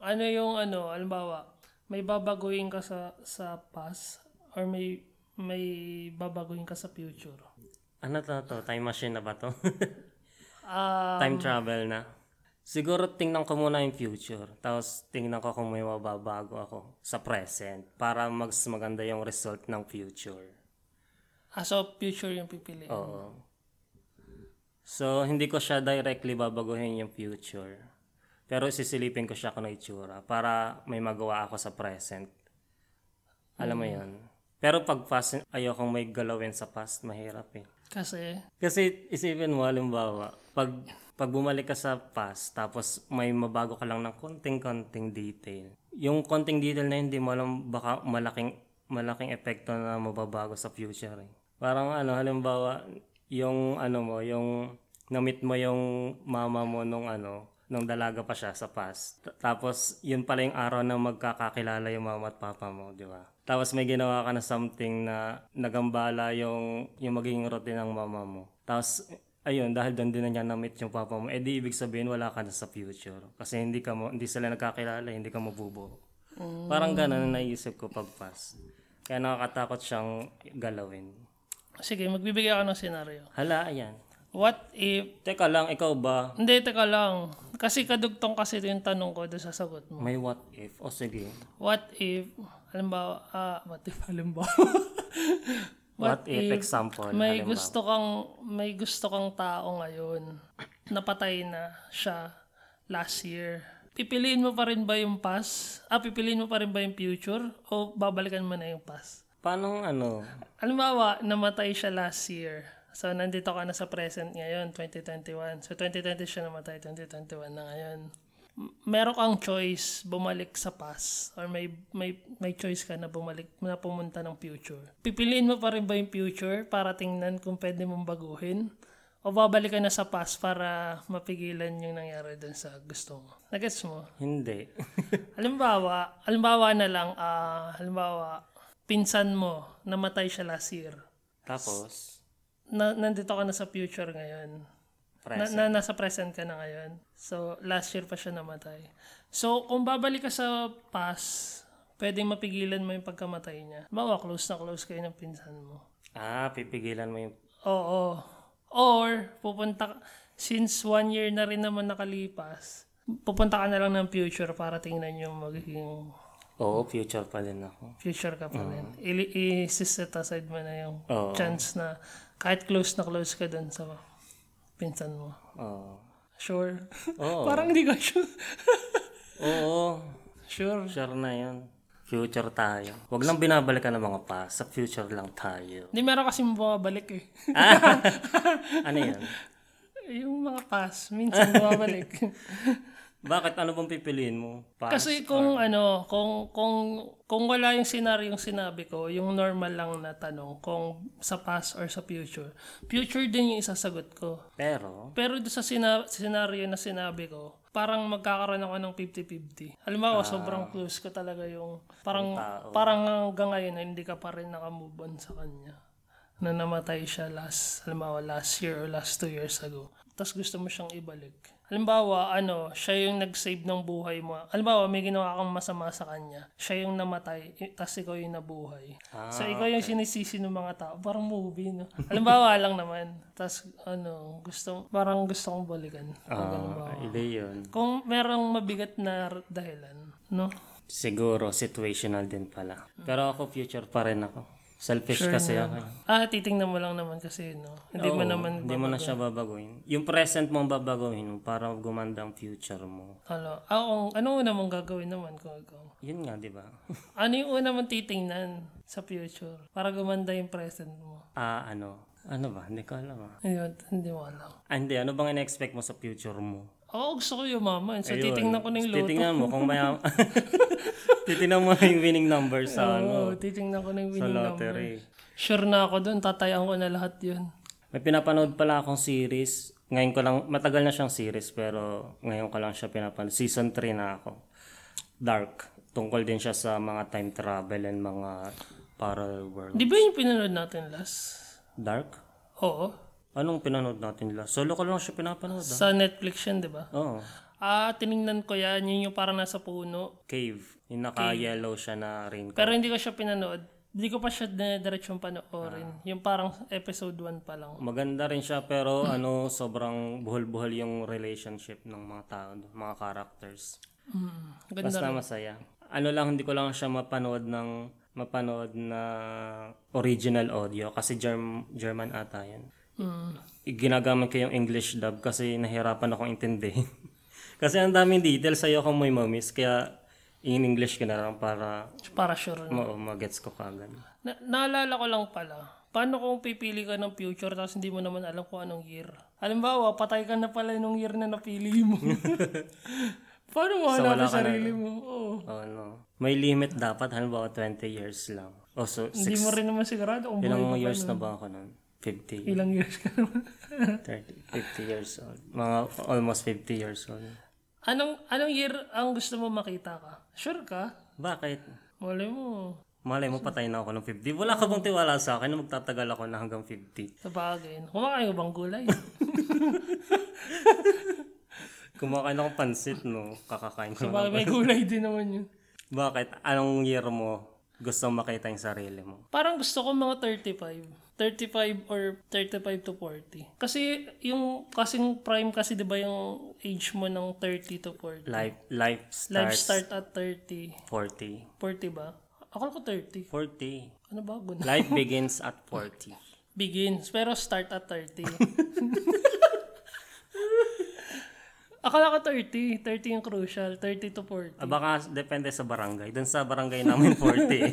Speaker 2: ano yung ano, alimbawa, may babaguhin ka sa sa past or may may babaguhin ka sa future.
Speaker 1: Ano to to? Time machine na ba to? [LAUGHS]
Speaker 2: Ah,
Speaker 1: Time travel na. Siguro tingnan ko muna yung future. Tapos tingnan ko kung may mababago ako sa present. Para mas maganda yung result ng future.
Speaker 2: ah, so future yung pipiliin.
Speaker 1: Oo. So, hindi ko siya directly babaguhin yung future. Pero sisilipin ko siya kung ano itsura para may magawa ako sa present. Alam mo yun. Pero pag past, ayokong may galawin sa past, mahirap eh.
Speaker 2: Kasi
Speaker 1: Kasi isipin mo, halimbawa, pag, pag bumalik ka sa past, tapos may mabago ka lang ng konting-konting detail. Yung konting detail na yun, hindi mo alam baka malaking, malaking epekto na mababago sa future. Eh. Parang ano, halimbawa, yung ano mo, yung na-meet mo yung mama mo nung ano, nung dalaga pa siya sa past. T- Tapos, yun pala yung araw na magkakakilala yung mama at papa mo, di ba? Tapos may ginawa ka na something na nagambala yung, yung magiging routine ng mama mo. Tapos, ayun, dahil doon din na niya na-meet yung papa mo, eh di ibig sabihin wala ka na sa future. Kasi hindi, ka mo, hindi sila nagkakilala, hindi ka mabubuo. Parang ganun ang naisip ko pag past. Kaya nakakatakot siyang galawin.
Speaker 2: sige, magbibigay ako ng scenario.
Speaker 1: Hala, ayan.
Speaker 2: What if
Speaker 1: Teka lang, ikaw ba
Speaker 2: Hindi, teka lang. Kasi kadugtong kasi yung tanong ko doon sa sagot mo.
Speaker 1: may what if? O sige,
Speaker 2: What if, halimbawa, ah, what if, halimbawa,
Speaker 1: what, if, example?
Speaker 2: may gusto kang, may gusto kang tao ngayon, napatay na siya last year. Pipiliin mo pa rin ba yung past? Ah, pipiliin mo pa rin ba yung future? O babalikan mo na yung past?
Speaker 1: Paano ano?
Speaker 2: Halimbawa, namatay siya last year. So, nandito ka na sa present ngayon, 2021. So, 2020 siya namatay, 2021 na ngayon. M- Meron kang choice bumalik sa past or may may may choice ka na bumalik na pumunta ng future. Pipiliin mo pa rin ba yung future para tingnan kung pwede mong baguhin o babalik ka na sa past para mapigilan yung nangyari dun sa gusto mo. Nagets mo?
Speaker 1: Hindi. [LAUGHS]
Speaker 2: Halimbawa, halimbawa na lang, ah, halimbawa, pinsan mo, namatay siya last year.
Speaker 1: Tapos,
Speaker 2: Na, nandito ka na sa future ngayon. Na,
Speaker 1: present.
Speaker 2: na- nasa present ka na ngayon. So, last year pa siya namatay. So, kung babalik ka sa past, pwedeng mapigilan mo yung pagkamatay niya. Halimbawa, close na close kayo ng pinsan mo.
Speaker 1: Ah, pipigilan mo yung...
Speaker 2: Oo. Or, pupunta ka, since one year na rin naman nakalipas, pupunta ka na lang ng future para tingnan yung magiging
Speaker 1: Oo, future pa din ako.
Speaker 2: future ka pa rin. I- I-set aside mo na yung
Speaker 1: Oo.
Speaker 2: chance na kahit close na close ka dun sa pinsan mo.
Speaker 1: Oo.
Speaker 2: Sure.
Speaker 1: Oo.
Speaker 2: [LAUGHS] Parang hindi ko sure.
Speaker 1: Oo.
Speaker 2: sure.
Speaker 1: Sure na yun. Future tayo. Huwag lang binabalikan ng mga past. Sa future lang tayo.
Speaker 2: Hindi meron kasi bumabalik eh. [LAUGHS]
Speaker 1: Ano [LAUGHS] yan?
Speaker 2: yung mga past, minsan bumabalik.
Speaker 1: Bakit? Ano bang pipiliin mo? Past?
Speaker 2: kasi kung ano, kung, kung, kung wala yung scenario yung sinabi ko, yung normal lang na tanong, kung sa past or sa future, future din yung isasagot ko.
Speaker 1: Pero,
Speaker 2: Pero doon sa sina- scenario na sinabi ko, parang magkakaroon ako ng 50-50. Halimbawa, sobrang close ko talaga yung parang
Speaker 1: tao.
Speaker 2: parang hanggang ngayon ay hindi ka pa rin nakamove on sa kanya. Na namatay siya last, halimbawa last year or last two years ago. Tapos gusto mo siyang ibalik. Halimbawa, ano, siya yung nag-save ng buhay mo. Halimbawa, may ginawa kang masama sa kanya. Siya yung namatay, i- tapos ikaw yung nabuhay.
Speaker 1: Ah,
Speaker 2: so, ikaw yung sinisisi ng mga tao. Parang movie, no? Halimbawa lang naman. Tapos, ano, gusto, parang gusto kong balikan. Ang ganun ba?
Speaker 1: Ah, hindi yun.
Speaker 2: Kung merong mabigat na r- dahilan, no?
Speaker 1: Siguro, situational din pala. Pero ako, future pa rin ako. Selfish kasi ako.
Speaker 2: Ah, titingnan mo lang naman kasi, no? Hindi mo
Speaker 1: Oo,
Speaker 2: naman,
Speaker 1: Hindi mo na siya babaguhin. Yung present mo ang babaguhin para gumanda ang future mo.
Speaker 2: ano, ah, ang- ano una mong gagawin naman kung ikaw?
Speaker 1: Yun nga, di ba? [LAUGHS]
Speaker 2: Ano yung una mong titingnan sa future para gumanda yung present mo?
Speaker 1: Ah, ano? Ano ba? Hindi ko alam ah.
Speaker 2: Hindi, mo- hindi mo alam.
Speaker 1: Ah, hindi. Ano bang in-expect mo sa future mo?
Speaker 2: Oo, gusto ko yumaman. So, titingnan ko na yung loto.
Speaker 1: Titingnan mo kung may... [LAUGHS] titingnan mo na yung winning number sa ano.
Speaker 2: Oo, titingnan ko na yung
Speaker 1: Sa
Speaker 2: winning number.
Speaker 1: lottery.
Speaker 2: Sure na ako doon. Tatayan ko na lahat yun.
Speaker 1: May pinapanood pala akong series. Ngayon ko lang, matagal na siyang series pero ngayon ko lang siya pinapanood. Season 3 na ako. Dark. Tungkol din siya sa mga time travel and mga parallel world.
Speaker 2: Di ba yung pinanood natin last?
Speaker 1: Dark?
Speaker 2: Oo.
Speaker 1: Anong pinanood natin nila? Solo ko lang siya pinapanood. ah.
Speaker 2: Sa Netflix yun, di ba?
Speaker 1: Oo.
Speaker 2: Ah, tiningnan ko yan. Yun yung parang nasa puno.
Speaker 1: Cave. Yung naka-yellow siya na raincoat.
Speaker 2: Pero hindi ko siya pinanood. Hindi ko pa siya diretsyong panoorin. Yung parang episode 1 pa lang.
Speaker 1: Maganda rin siya pero ano, sobrang buhol-buhol yung relationship ng mga tao, doon, mga characters.
Speaker 2: Mm, ganda.
Speaker 1: Basta masaya. Ano lang, hindi ko lang siya mapanood ng mapanood na original audio kasi Germ- German ata yan.
Speaker 2: Mm.
Speaker 1: Ginagamit ko yung English dub kasi nahirapan akong intindihin. [LAUGHS] kasi ang daming details sa'yo kung may mamis kaya in English ko na lang para
Speaker 2: Para sure. Na.
Speaker 1: ma- magets ko kagad.
Speaker 2: Na- naalala ko lang pala. Paano kung pipili ka ng future tapos hindi mo naman alam kung anong year? Halimbawa, patay ka na pala nung year na napili mo. Paano mo hanapin sarili mo? Oo.
Speaker 1: Oh, no. May limit dapat, halimbawa 20 years lang. O so,
Speaker 2: Hindi mo rin naman sigurado kung buhay
Speaker 1: ilang
Speaker 2: mo. ano.
Speaker 1: years na ba ako nun? 50,
Speaker 2: Ilang years ka naman. [LAUGHS]
Speaker 1: 30, 50 years old. Mga almost 50 years old.
Speaker 2: anong, anong year ang gusto mo makita ka? Sure ka?
Speaker 1: Bakit?
Speaker 2: Malay mo.
Speaker 1: Malay mo, patay na ako ng 50. Wala ka bang tiwala sa akin na magtatagal ako na hanggang 50?
Speaker 2: Sa bagay. Kumakain ka bang gulay?
Speaker 1: Kumakain akong pansit, no? Kakakain ko.
Speaker 2: Bagay, may gulay din naman yun.
Speaker 1: Bakit? Anong year mo gusto makita yung sarili mo?
Speaker 2: Parang gusto ko mga 35. 35 or 35 to 40. Kasi yung kasing prime kasi 'di ba yung age mo ng 30 to 40.
Speaker 1: Life, life
Speaker 2: Life
Speaker 1: starts
Speaker 2: start at 30.
Speaker 1: 40.
Speaker 2: 40 ba? Akala ko 30.
Speaker 1: 40.
Speaker 2: Ano ba? Guna.
Speaker 1: Life begins at 40.
Speaker 2: Begins. Pero start at 30. Akala ko 30. 30 yung crucial. 30 to 40.
Speaker 1: Ah, baka depende sa barangay. Doon sa barangay namin [LAUGHS] 40. eh.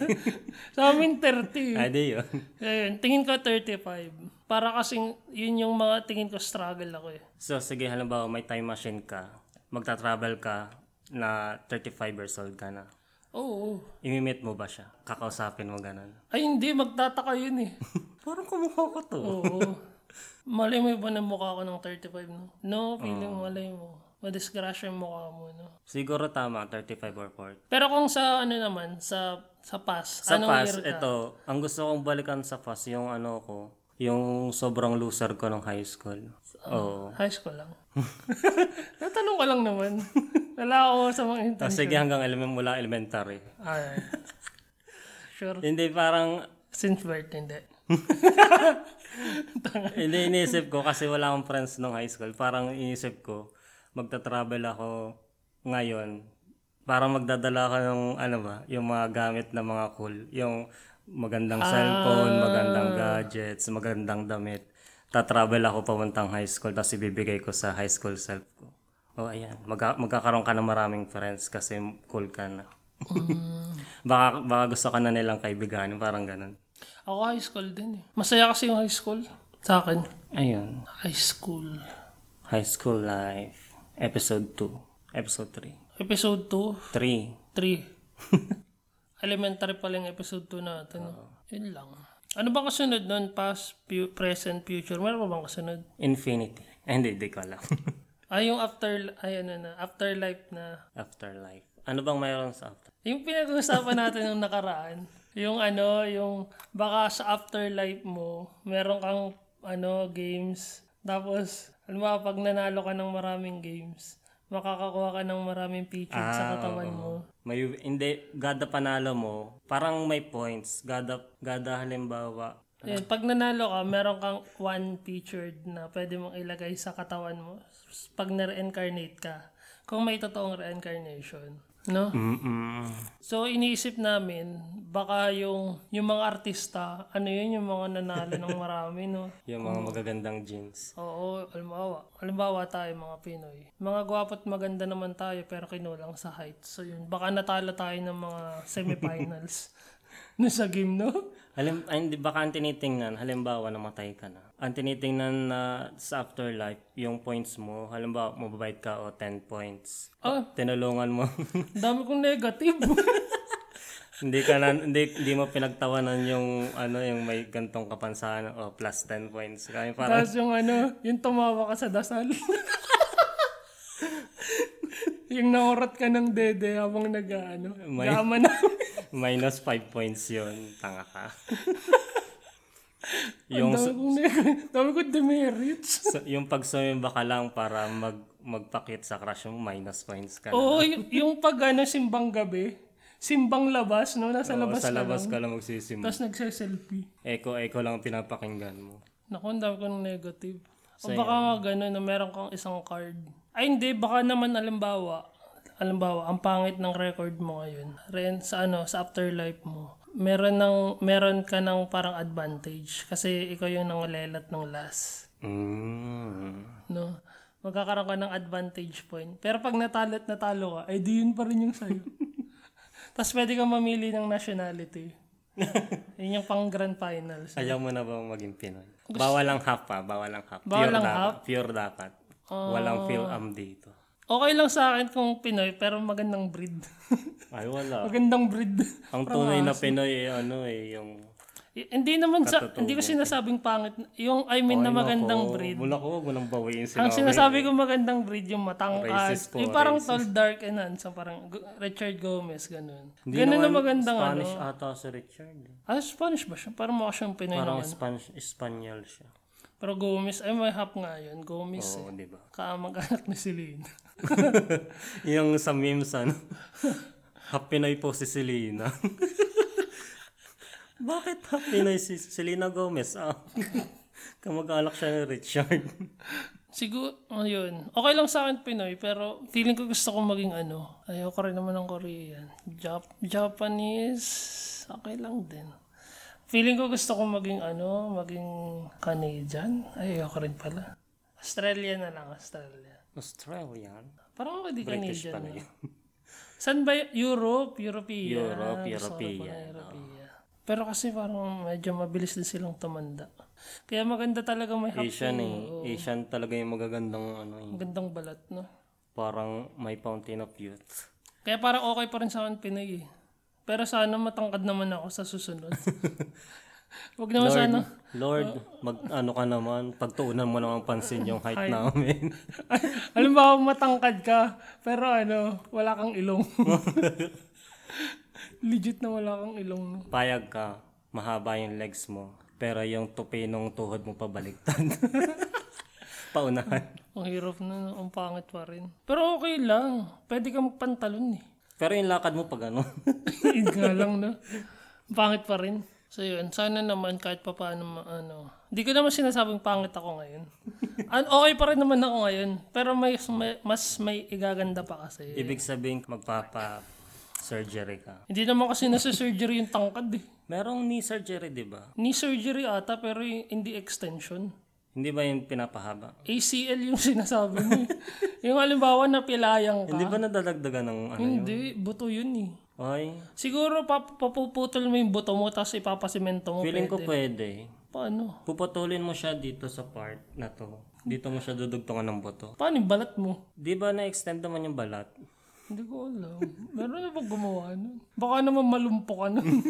Speaker 2: Sa amin 30.
Speaker 1: Ay, di yun.
Speaker 2: Ayun, tingin ko 35. Para kasing yun yung mga tingin ko struggle ako eh.
Speaker 1: So, sige, halimbawa may time machine ka. Magta-travel ka na 35 years old ka na.
Speaker 2: Oo.
Speaker 1: Imi-meet mo ba siya? Kakausapin mo ganun?
Speaker 2: Ay hindi, magtataka yun eh. [LAUGHS]
Speaker 1: Parang kumukha ko to.
Speaker 2: Oo. malay mo iba na mukha ko ng 35 no? No, feeling malay mo. Madisgrasya yung mukha mo no?
Speaker 1: Siguro tama, 35 or 40.
Speaker 2: Pero kung sa ano naman, sa sa past, ano
Speaker 1: Sa
Speaker 2: anong
Speaker 1: past,
Speaker 2: year ka?
Speaker 1: ito, ang gusto kong balikan sa past, yung ano ko, yung sobrang loser ko ng high school. Oo.
Speaker 2: High school lang. [LAUGHS] Natanong ko lang naman. [LAUGHS] Wala ako sa mga
Speaker 1: Ah,
Speaker 2: intern.
Speaker 1: sige, hanggang element mula elementary.
Speaker 2: Ay. [LAUGHS] Sure.
Speaker 1: Hindi, parang,
Speaker 2: Since birth, hindi.
Speaker 1: hindi iniisip ko kasi wala akong friends nung high school. Parang iniisip ko, magta-travel ako ngayon. Parang magdadala ka ng, ano ba, yung mga gamit na mga cool. Yung magandang cellphone, magandang gadgets, magandang damit. Tatravel ako papuntang high school, tapos ibibigay ko sa high school self ko. O ayan, magka- magkakaroon ka ng maraming friends kasi cool ka na.
Speaker 2: Mm.
Speaker 1: baka, baka gusto ka na nilang kaibigan, parang ganun.
Speaker 2: Ako high school din eh. Masaya kasi yung high school. Sa akin.
Speaker 1: Ayun.
Speaker 2: High school.
Speaker 1: High School Life, Episode 2, Episode
Speaker 2: Episode
Speaker 1: 3.
Speaker 2: 2,
Speaker 1: 3.
Speaker 2: 3. [LAUGHS] Elementary pala yung episode 2 natin. no? Yun lang. Ano ba kasunod nun? Past, pu- present, future? Meron pa bang kasunod?
Speaker 1: [LAUGHS] Infinity. Eh, hindi, di ko alam.
Speaker 2: Ah, yung after, ayun na, na, afterlife na.
Speaker 1: Afterlife. Ano bang mayroon sa after?
Speaker 2: Yung pinag-uusapan natin nung nakaraan, yung ano, yung baka sa afterlife mo, meron kang ano, games. Tapos, alam mo, pag nanalo ka ng maraming games, makakakuha ka ng maraming pictures sa katawan mo.
Speaker 1: May, hindi, gada panalo mo, parang may points. Gada, gada halimbawa,
Speaker 2: Ayun, pag nanalo ka, meron kang one featured na pwede mong ilagay sa katawan mo pag na-reincarnate ka. Kung may totoong reincarnation. No?
Speaker 1: mm
Speaker 2: So, iniisip namin, baka yung, yung mga artista, ano yun, yung mga nanalo ng marami, no?
Speaker 1: Yung mga magagandang jeans.
Speaker 2: Oo, halimbawa. Halimbawa tayo mga Pinoy. Mga gwapo't maganda naman tayo pero kinulang sa height. So yun, baka natalo tayo ng mga semifinals [LAUGHS] no, sa game, no?
Speaker 1: Halim, ay, hindi, baka ang tinitingnan, halimbawa namatay ka na. Ang tinitingnan na sa afterlife, yung points mo, halimbawa mababait ka o 10 points.
Speaker 2: Ah.
Speaker 1: Tinulungan mo. [LAUGHS]
Speaker 2: Dami kong negative. [LAUGHS]
Speaker 1: hindi ka na, hindi, hindi mo pinagtawanan yung, ano, yung may gantong kapansahan o plus 10 points. Kaya parang,
Speaker 2: Tapos yung ano, yung tumawa ka sa dasal. [LAUGHS] yung naorat ka ng dede habang nag-ano.
Speaker 1: May-
Speaker 2: Gama na.
Speaker 1: minus 5 points yun. Tanga ka.
Speaker 2: [LAUGHS]
Speaker 1: yung,
Speaker 2: Yung dami kong neg- dami kong demerits.
Speaker 1: sa- yung pagsumimba ka lang para mag, magpakit sa crush mo, minus points ka na.
Speaker 2: Oo, y- yung pag ano, simbang gabi, simbang labas, no? Nasa
Speaker 1: Oo,
Speaker 2: labas
Speaker 1: sa
Speaker 2: ka
Speaker 1: labas
Speaker 2: lang.
Speaker 1: ka lang magsisimba.
Speaker 2: Tapos nagsiselfie.
Speaker 1: Eko-eko lang ang pinapakinggan mo.
Speaker 2: Naku, ang dami kong negative. O baka nga gano'n na meron kang isang card. Ay hindi, baka naman alimbawa, alimbawa, ang pangit ng record mo ngayon. Ren, sa ano, sa afterlife mo. Meron, ng, meron ka ng parang advantage kasi ikaw yung nangulelat ng last.
Speaker 1: Mm.
Speaker 2: No? Magkakaroon ka ng advantage point. Pero pag natalo at natalo ka, ay di yun pa rin yung sayo. [LAUGHS] Tapos pwede kang mamili ng nationality. yun yung pang grand finals.
Speaker 1: Ayaw mo na ba maging Pinoy? Bawal ang half pa, bawal ang half. pure
Speaker 2: Bawal ang Oh.
Speaker 1: dapat,
Speaker 2: half?
Speaker 1: Pure dapat. Walang feel am dito.
Speaker 2: Okay lang sa akin kung Pinoy, pero magandang breed. [LAUGHS]
Speaker 1: Ay, wala.
Speaker 2: magandang breed.
Speaker 1: Ang tunay na Pinoy, eh, ano eh, yung...
Speaker 2: Y- hindi naman sa, hindi ko sinasabing pangit. Yung, I mean, na magandang
Speaker 1: Ako,
Speaker 2: breed.
Speaker 1: Wala ko, wag mo nang bawiin sila.
Speaker 2: Ang sinasabi ko magandang breed yung matangkas.
Speaker 1: Racist po,
Speaker 2: yung parang tall, dark, and handsome. Parang Gu- Richard Gomez, ganun.
Speaker 1: Hindi
Speaker 2: ganun na
Speaker 1: naman
Speaker 2: magandang ano.
Speaker 1: Spanish ata si Richard. eh.
Speaker 2: Ah, Spanish ba siya? Parang mukha siyang Pinoy
Speaker 1: Parang
Speaker 2: naman.
Speaker 1: Spanish, Espanyol siya.
Speaker 2: Pero Gomez, ay may hap nga yun. Gomez,
Speaker 1: Oo, di ba? [LAUGHS]
Speaker 2: kaamag-anak ni Celine.
Speaker 1: Yung sa memes, ano? [LAUGHS] half Pinoy po si Selena. [LAUGHS] Bakit half Pinoy si Selena Gomez? Ah, [LAUGHS] kamag-alak siya ni Richard. [LAUGHS]
Speaker 2: Siguro, ayun. oh, Okay lang sa akin Pinoy, pero feeling ko gusto kong maging ano. Ayoko rin naman ng Korean. Jap- Japanese, okay lang din. Feeling ko gusto kong maging ano, maging Canadian. Ay, ayoko rin pala. Australia na lang, Australia.
Speaker 1: Australian?
Speaker 2: Parang ako di
Speaker 1: British
Speaker 2: Canadian.
Speaker 1: pala
Speaker 2: no?
Speaker 1: yun.
Speaker 2: Saan ba? y- Europe? Europea.
Speaker 1: Europe,
Speaker 2: Gusto ko rin
Speaker 1: Europea,
Speaker 2: pala Europea. Pero kasi parang medyo mabilis din silang tumanda. Kaya maganda talaga may hapon.
Speaker 1: Asian eh. Asian talaga yung magagandang ano eh.
Speaker 2: Magandang balat, no?
Speaker 1: Parang may fountain of youth.
Speaker 2: Kaya parang okay pa rin sa akin Pinoy eh. Pero sana matangkad naman ako sa susunod. Huwag naman sana.
Speaker 1: Lord, mag ano ka naman, pagtuunan mo naman pansin yung height namin. [LAUGHS]
Speaker 2: Alam ba, matangkad ka, pero ano, wala kang ilong. Legit na wala kang ilong. no?
Speaker 1: Payag ka, mahaba yung legs mo, pero yung tupi ng tuhod mo pabaliktad. [LAUGHS] Paunahan.
Speaker 2: Ang hirap na, no? ang pangit pa rin. Pero okay lang. Pwede ka magpantalon eh.
Speaker 1: Pero yung lakad mo pag ano. [LAUGHS]
Speaker 2: Yun nga lang na. Pangit pa rin. So yun, sana naman kahit pa paano, ma- ano. Hindi ko naman sinasabing pangit ako ngayon. An okay pa rin naman ako ngayon. Pero may, may- mas may igaganda pa kasi.
Speaker 1: Ibig sabihin, magpapa-surgery ka.
Speaker 2: Hindi naman kasi nasa-surgery yung tangkad eh.
Speaker 1: Merong knee surgery, di ba?
Speaker 2: Knee surgery ata pero y- hindi extension.
Speaker 1: Hindi ba yung pinapahaba?
Speaker 2: ACL yung sinasabi mo eh. yung halimbawa na pilayang ka.
Speaker 1: Hindi ba nadadagdagan ng ano yun?
Speaker 2: Hindi, buto yun eh.
Speaker 1: Ay,
Speaker 2: Siguro pap- papuputol mo yung buto mo tapos ipapasimento mo.
Speaker 1: feeling ko Oh, pwede.
Speaker 2: Paano?
Speaker 1: Puputulin mo siya dito sa part na to. Dito mo siya dudugtungan ng boto.
Speaker 2: Paano yung balat mo?
Speaker 1: Di ba na-extend naman yung balat?
Speaker 2: Hindi ko alam. Meron na ba gumawa nun? Baka naman malumpo ka nun. [LAUGHS]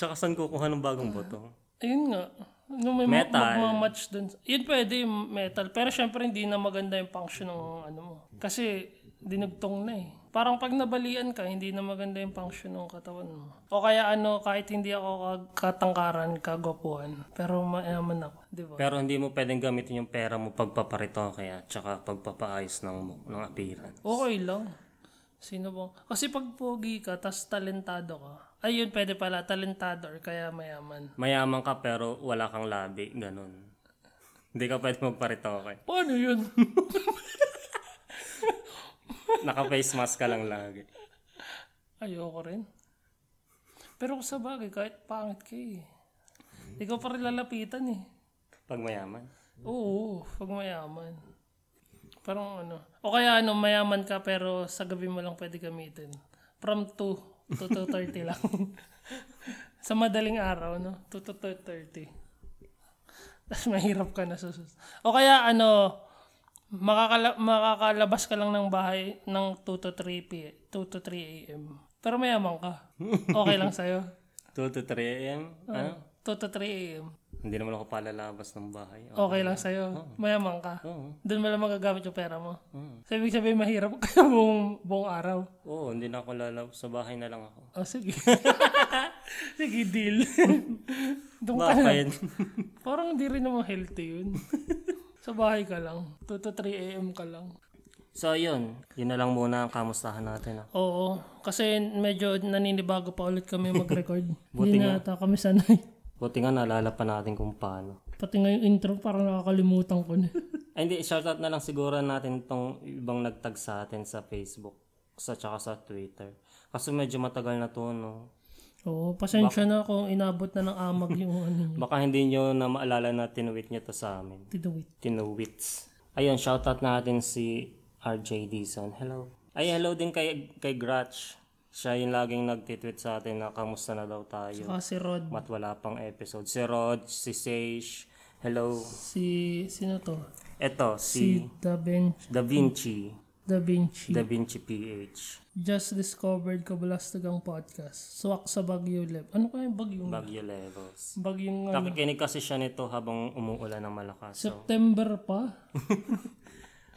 Speaker 1: Tsaka saan kukuha ng bagong boto?
Speaker 2: Ayun nga. Nung may
Speaker 1: Metal.
Speaker 2: metal. match dun. Yun pwede yung metal. Pero syempre hindi na maganda yung function ng ano mo. Kasi dinugtong na eh. Parang pag nabalian ka, hindi na maganda yung function ng katawan mo. O kaya ano, kahit hindi ako kag- katangkaran, kagwapuhan, pero mayaman ako, di ba?
Speaker 1: Pero hindi mo pwedeng gamitin yung pera mo pagpaparito kaya tsaka pagpapaayos ng, mu- ng appearance.
Speaker 2: Okay lang. Sino bang? Kasi pag pogi ka, tas talentado ka. Ayun, pwede pala, talentado or kaya mayaman.
Speaker 1: Mayaman ka pero wala kang labi, ganun. [LAUGHS] Hindi ka pwede magparito okay.
Speaker 2: Paano yun? [LAUGHS]
Speaker 1: Naka-face mask ka lang lagi.
Speaker 2: Ayoko rin. Pero kung sa bagay, kahit pangit ka eh. Ikaw pa rin lalapitan eh.
Speaker 1: Pag mayaman.
Speaker 2: Oo, pag mayaman. Parang ano. O kaya ano, mayaman ka pero sa gabi mo lang pwede gamitin. From 2 to 2.30 lang. [LAUGHS] sa madaling araw, no? 2 to 2.30. Tapos mahirap ka na sa sus- O kaya ano, makakala- makakalabas ka lang ng bahay ng 2 to 3 p 2 to 3 a.m. Pero mayaman ka. Okay lang sa'yo.
Speaker 1: 2 to 3 a.m. Ano?
Speaker 2: 2 to 3 a.m.
Speaker 1: Hindi naman ako palalabas ng bahay. Oo.
Speaker 2: Okay lang sa'yo. Mayaman ka.
Speaker 1: Oo.
Speaker 2: Doon mo lang magagamit yung pera mo. So, ibig sabihin, mahirap ka [LAUGHS] buong, buong araw.
Speaker 1: Oo, hindi na ako lalabas. Sa bahay na lang ako.
Speaker 2: Oh, sige.
Speaker 1: [LAUGHS]
Speaker 2: sige, deal. Doon ka na.
Speaker 1: Bakit?
Speaker 2: Parang hindi rin naman healthy yun. Sa bahay ka lang. 2 to 3 a.m. ka lang.
Speaker 1: [LAUGHS] so, yun. Yun na lang muna ang kamustahan natin. ah.
Speaker 2: Oo. Kasi medyo naninibago pa ulit kami
Speaker 1: [LAUGHS]
Speaker 2: mag-record. Hindi na ata kami sanay.
Speaker 1: Buti nga naalala pa natin kung paano.
Speaker 2: Pati nga yung intro, parang nakakalimutan ko na. [LAUGHS]
Speaker 1: Ay, hindi, shoutout na lang siguro natin itong ibang nagtag sa atin sa Facebook sa tsaka sa Twitter. Kasi medyo matagal na to, no?
Speaker 2: Oo, pasensya na kung inabot na ng amag yung ano nyo.
Speaker 1: Baka hindi nyo na maalala na tinuwit nyo to sa amin.
Speaker 2: Tinuwit.
Speaker 1: Tinuwits. Ayun, shoutout natin si RJ Dizon. Hello. Ay, hello din kay, kay Gratch. Siya yung laging nagtitweet sa atin na kamusta na daw tayo.
Speaker 2: Kasi Rod.
Speaker 1: Mat wala pang episode. Si Rod, si Sage. Hello.
Speaker 2: Si, sino to?
Speaker 1: Eto, si
Speaker 2: Da Vinci.
Speaker 1: Da Vinci.
Speaker 2: Da Vinci.
Speaker 1: Da Vinci PH.
Speaker 2: Just discovered Kabalastagang podcast. Swak sa Bagyo Lab. Ano kaya yung Bagyo?
Speaker 1: Bagyo levels.
Speaker 2: Bagyong ano?
Speaker 1: Nakikinig kasi siya nito habang umuulan ng malakas. So,
Speaker 2: September pa?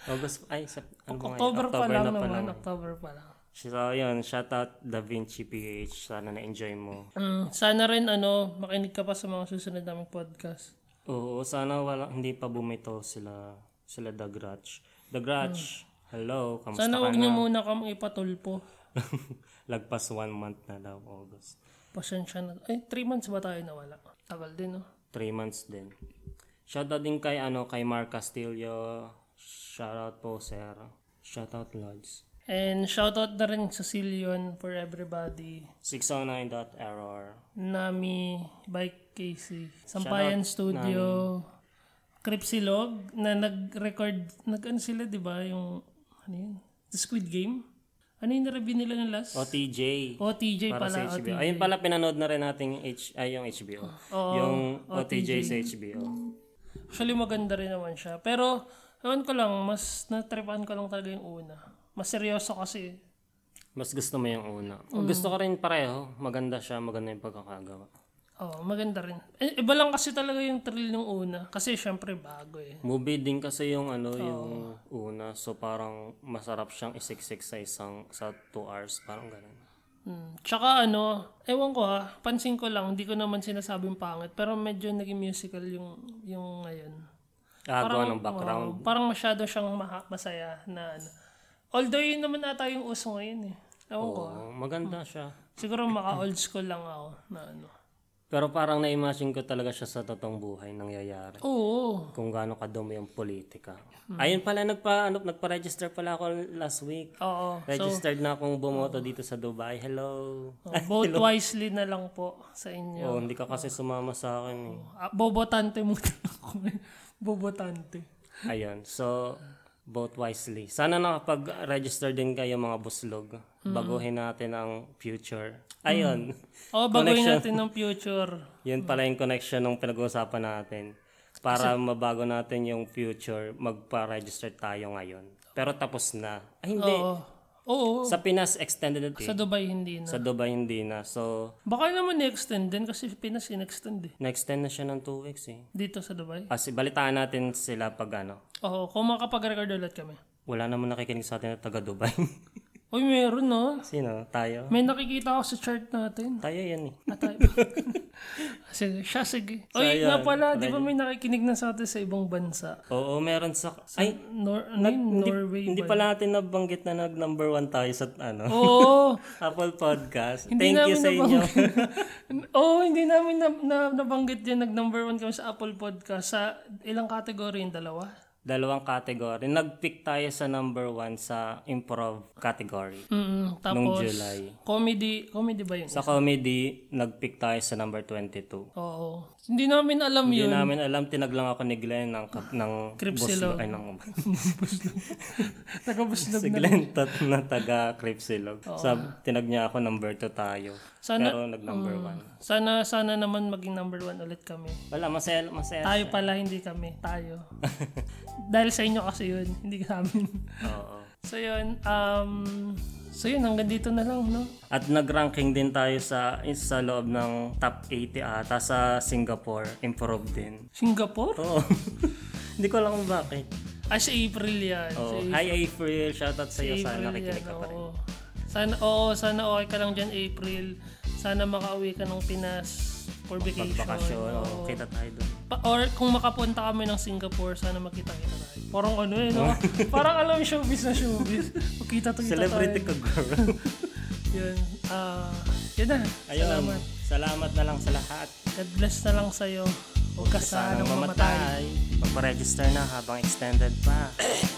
Speaker 1: August, ay, sep- ano ba ngayon?
Speaker 2: October, pa lang
Speaker 1: na
Speaker 2: naman. October pa lang.
Speaker 1: So, yun, shoutout Da Vinci PH. Sana na-enjoy mo.
Speaker 2: Mm, sana rin ano, makinig ka pa sa mga susunod naming podcast.
Speaker 1: Oo, sana wala, hindi pa bumito sila, sila The Grudge. The Grudge, hello, kamusta
Speaker 2: Hmm. Sana
Speaker 1: ka
Speaker 2: huwag
Speaker 1: na?
Speaker 2: niyo muna kami ipatulpo.
Speaker 1: [LAUGHS] Lagpas one month na daw, August.
Speaker 2: Pasensya na. Eh, three months ba tayo nawala? Tagal din, no?
Speaker 1: Three months din. Shoutout din kay, ano, kay Mark Castillo. Shoutout po, sir. Shoutout, Lods.
Speaker 2: And shoutout na rin sa Silion for everybody.
Speaker 1: 609.error.
Speaker 2: Nami by Casey. Sampayan Studio. Cripsilog na nag-record, nag ano sila, di ba? Yung, ano yun? The Squid Game? Ano yung na-review nila ng last? Oh,
Speaker 1: OTJ.
Speaker 2: OTJ
Speaker 1: Para
Speaker 2: pala.
Speaker 1: sa HBO. Ayun pala, pinanood na rin natin yung H, ay, yung HBO. yung OTJ, sa HBO.
Speaker 2: Actually, maganda rin naman siya. Pero, ewan ko lang, mas natripan ko lang talaga yung una. Mas seryoso kasi.
Speaker 1: Mas gusto mo yung una. O, Gusto ko rin pareho. Maganda siya, maganda yung pagkakagawa.
Speaker 2: Oo, maganda rin. Eh, iba lang kasi talaga yung thrill ng una. Kasi, syempre, bago eh.
Speaker 1: Movie din kasi yung ano, yung una. So parang masarap siyang isiksik sa isang, sa two hours. Parang ganun.
Speaker 2: Mm. Tsaka ano, ewan ko ha, pansin ko lang, hindi ko naman sinasabing pangit, pero medyo naging musical yung, yung ngayon.
Speaker 1: Agawa Ah, ng background.
Speaker 2: Oo, parang masyado siyang maha- masaya na ano. Although yun naman ata yung uso ngayon eh. Ewan ko ha.
Speaker 1: Oo, maganda siya.
Speaker 2: Siguro maka old school lang ako na ano.
Speaker 1: Pero parang na-imagine ko talaga siya sa totoong buhay nangyayari.
Speaker 2: Oo.
Speaker 1: Kung gaano kadumi yung politika. Ayun pala, nagpa, ano, nagpa-register pala ako last week.
Speaker 2: Oo.
Speaker 1: Registered na akong bumoto dito sa Dubai. Hello.
Speaker 2: Oh, vote wisely na lang po sa inyo.
Speaker 1: Oh, hindi ka kasi sumama sa akin eh.
Speaker 2: Ah, bobotante muna [LAUGHS] ako. bobotante.
Speaker 1: Ayun. So, vote wisely. Sana nakapag-register din kayo mga buslog. Baguhin natin ang future. Ayun.
Speaker 2: O, Oh, baguhin natin ng future.
Speaker 1: [LAUGHS] Yun pala yung connection ng pinag-uusapan natin. Para mabago natin yung future, magpa-register tayo ngayon. Pero tapos na. Ay, hindi.
Speaker 2: Oo. Oo.
Speaker 1: Sa Pinas, extended na.
Speaker 2: Sa Dubai, hindi na.
Speaker 1: Sa Dubai, hindi na. So,
Speaker 2: Baka naman i-extend din kasi Pinas in-extend eh.
Speaker 1: na-extend na siya ng 2 weeks eh.
Speaker 2: Dito sa Dubai.
Speaker 1: Kasi balitaan natin sila pag ano.
Speaker 2: Oo, kung makapag-record ulit kami.
Speaker 1: Wala naman nakikinig sa atin na taga Dubai. [LAUGHS]
Speaker 2: Uy, meron no.
Speaker 1: Sino? Tayo?
Speaker 2: May nakikita ako sa chart natin.
Speaker 1: Tayo yan eh.
Speaker 2: Atay.
Speaker 1: [LAUGHS]
Speaker 2: sige, siya sige.
Speaker 1: So,
Speaker 2: Uy, nga
Speaker 1: ayan.
Speaker 2: pala, di ba may nakikinig na sa atin sa ibang bansa?
Speaker 1: Oo, meron sa... Ay,
Speaker 2: Nor ano yun? Norway
Speaker 1: hindi pa
Speaker 2: ba?
Speaker 1: natin nabanggit na nag number one tayo sa
Speaker 2: [LAUGHS]
Speaker 1: ano,
Speaker 2: Oo.
Speaker 1: Apple Podcast. [LAUGHS]
Speaker 2: Hindi
Speaker 1: Thank you
Speaker 2: namin
Speaker 1: sa inyo.
Speaker 2: Oo, hindi namin na, na, nabanggit yun. Nag-number one kami sa Apple Podcast. Sa ilang category yung dalawa?
Speaker 1: [LAUGHS] Dalawang category. Nag-pick tayo sa number one sa improv category.
Speaker 2: Mm, tapos,
Speaker 1: Nung July.
Speaker 2: comedy, comedy ba yun?
Speaker 1: Sa comedy, nag-pick tayo sa number 22.
Speaker 2: Oo. Hindi namin alam
Speaker 1: Hindi
Speaker 2: yun.
Speaker 1: namin alam, tinaglang ako ni Glenn ng, kap- ng Buslo-
Speaker 2: Cripsilog.
Speaker 1: Ay, ng,
Speaker 2: Tagabuslog
Speaker 1: si
Speaker 2: na.
Speaker 1: Glenn tat, na taga Cripsilog. Sab, tinag niya ako number 2 tayo.
Speaker 2: Sana-
Speaker 1: pero nag number
Speaker 2: Mm.
Speaker 1: 1.
Speaker 2: Sana, sana naman maging number one ulit kami.
Speaker 1: Wala, masaya, masaya.
Speaker 2: Tayo pala, hindi kami.
Speaker 1: [LAUGHS]
Speaker 2: Tayo. Dahil sa inyo kasi yun. Hindi ka amin.
Speaker 1: Oo.
Speaker 2: so yun, um, so yun, hanggang dito na lang, no?
Speaker 1: At nag-ranking din tayo sa sa loob ng top 80 ata sa Singapore. Improve din.
Speaker 2: Singapore?
Speaker 1: Oo. [LAUGHS] Hindi ko alam kung bakit.
Speaker 2: Ay, sa April yan. Sa ano,
Speaker 1: Oo.
Speaker 2: April
Speaker 1: Hi April, shoutout sa iyo sana
Speaker 2: yan,
Speaker 1: nakikinig ka pa rin.
Speaker 2: oo. Sana, oo, sana okay ka lang dyan, April. Sana makauwi ka ng Pinas for vacation.
Speaker 1: Bakasyon,
Speaker 2: oo.
Speaker 1: oo, kita tayo doon.
Speaker 2: Pa- or kung makapunta kami ng Singapore, sana makita kita tayo. Parang ano eh,
Speaker 1: [LAUGHS]
Speaker 2: no? Parang alam yung showbiz na showbiz. Magkita to kita
Speaker 1: Celebrity
Speaker 2: tayo.
Speaker 1: ka girl. [LAUGHS]
Speaker 2: Yun. ah yun na.
Speaker 1: Ayun.
Speaker 2: Salamat.
Speaker 1: Salamat. na lang sa lahat.
Speaker 2: God bless na lang sa'yo. Huwag ka sanang mamatay.
Speaker 1: Magpa-register na habang extended pa. [COUGHS]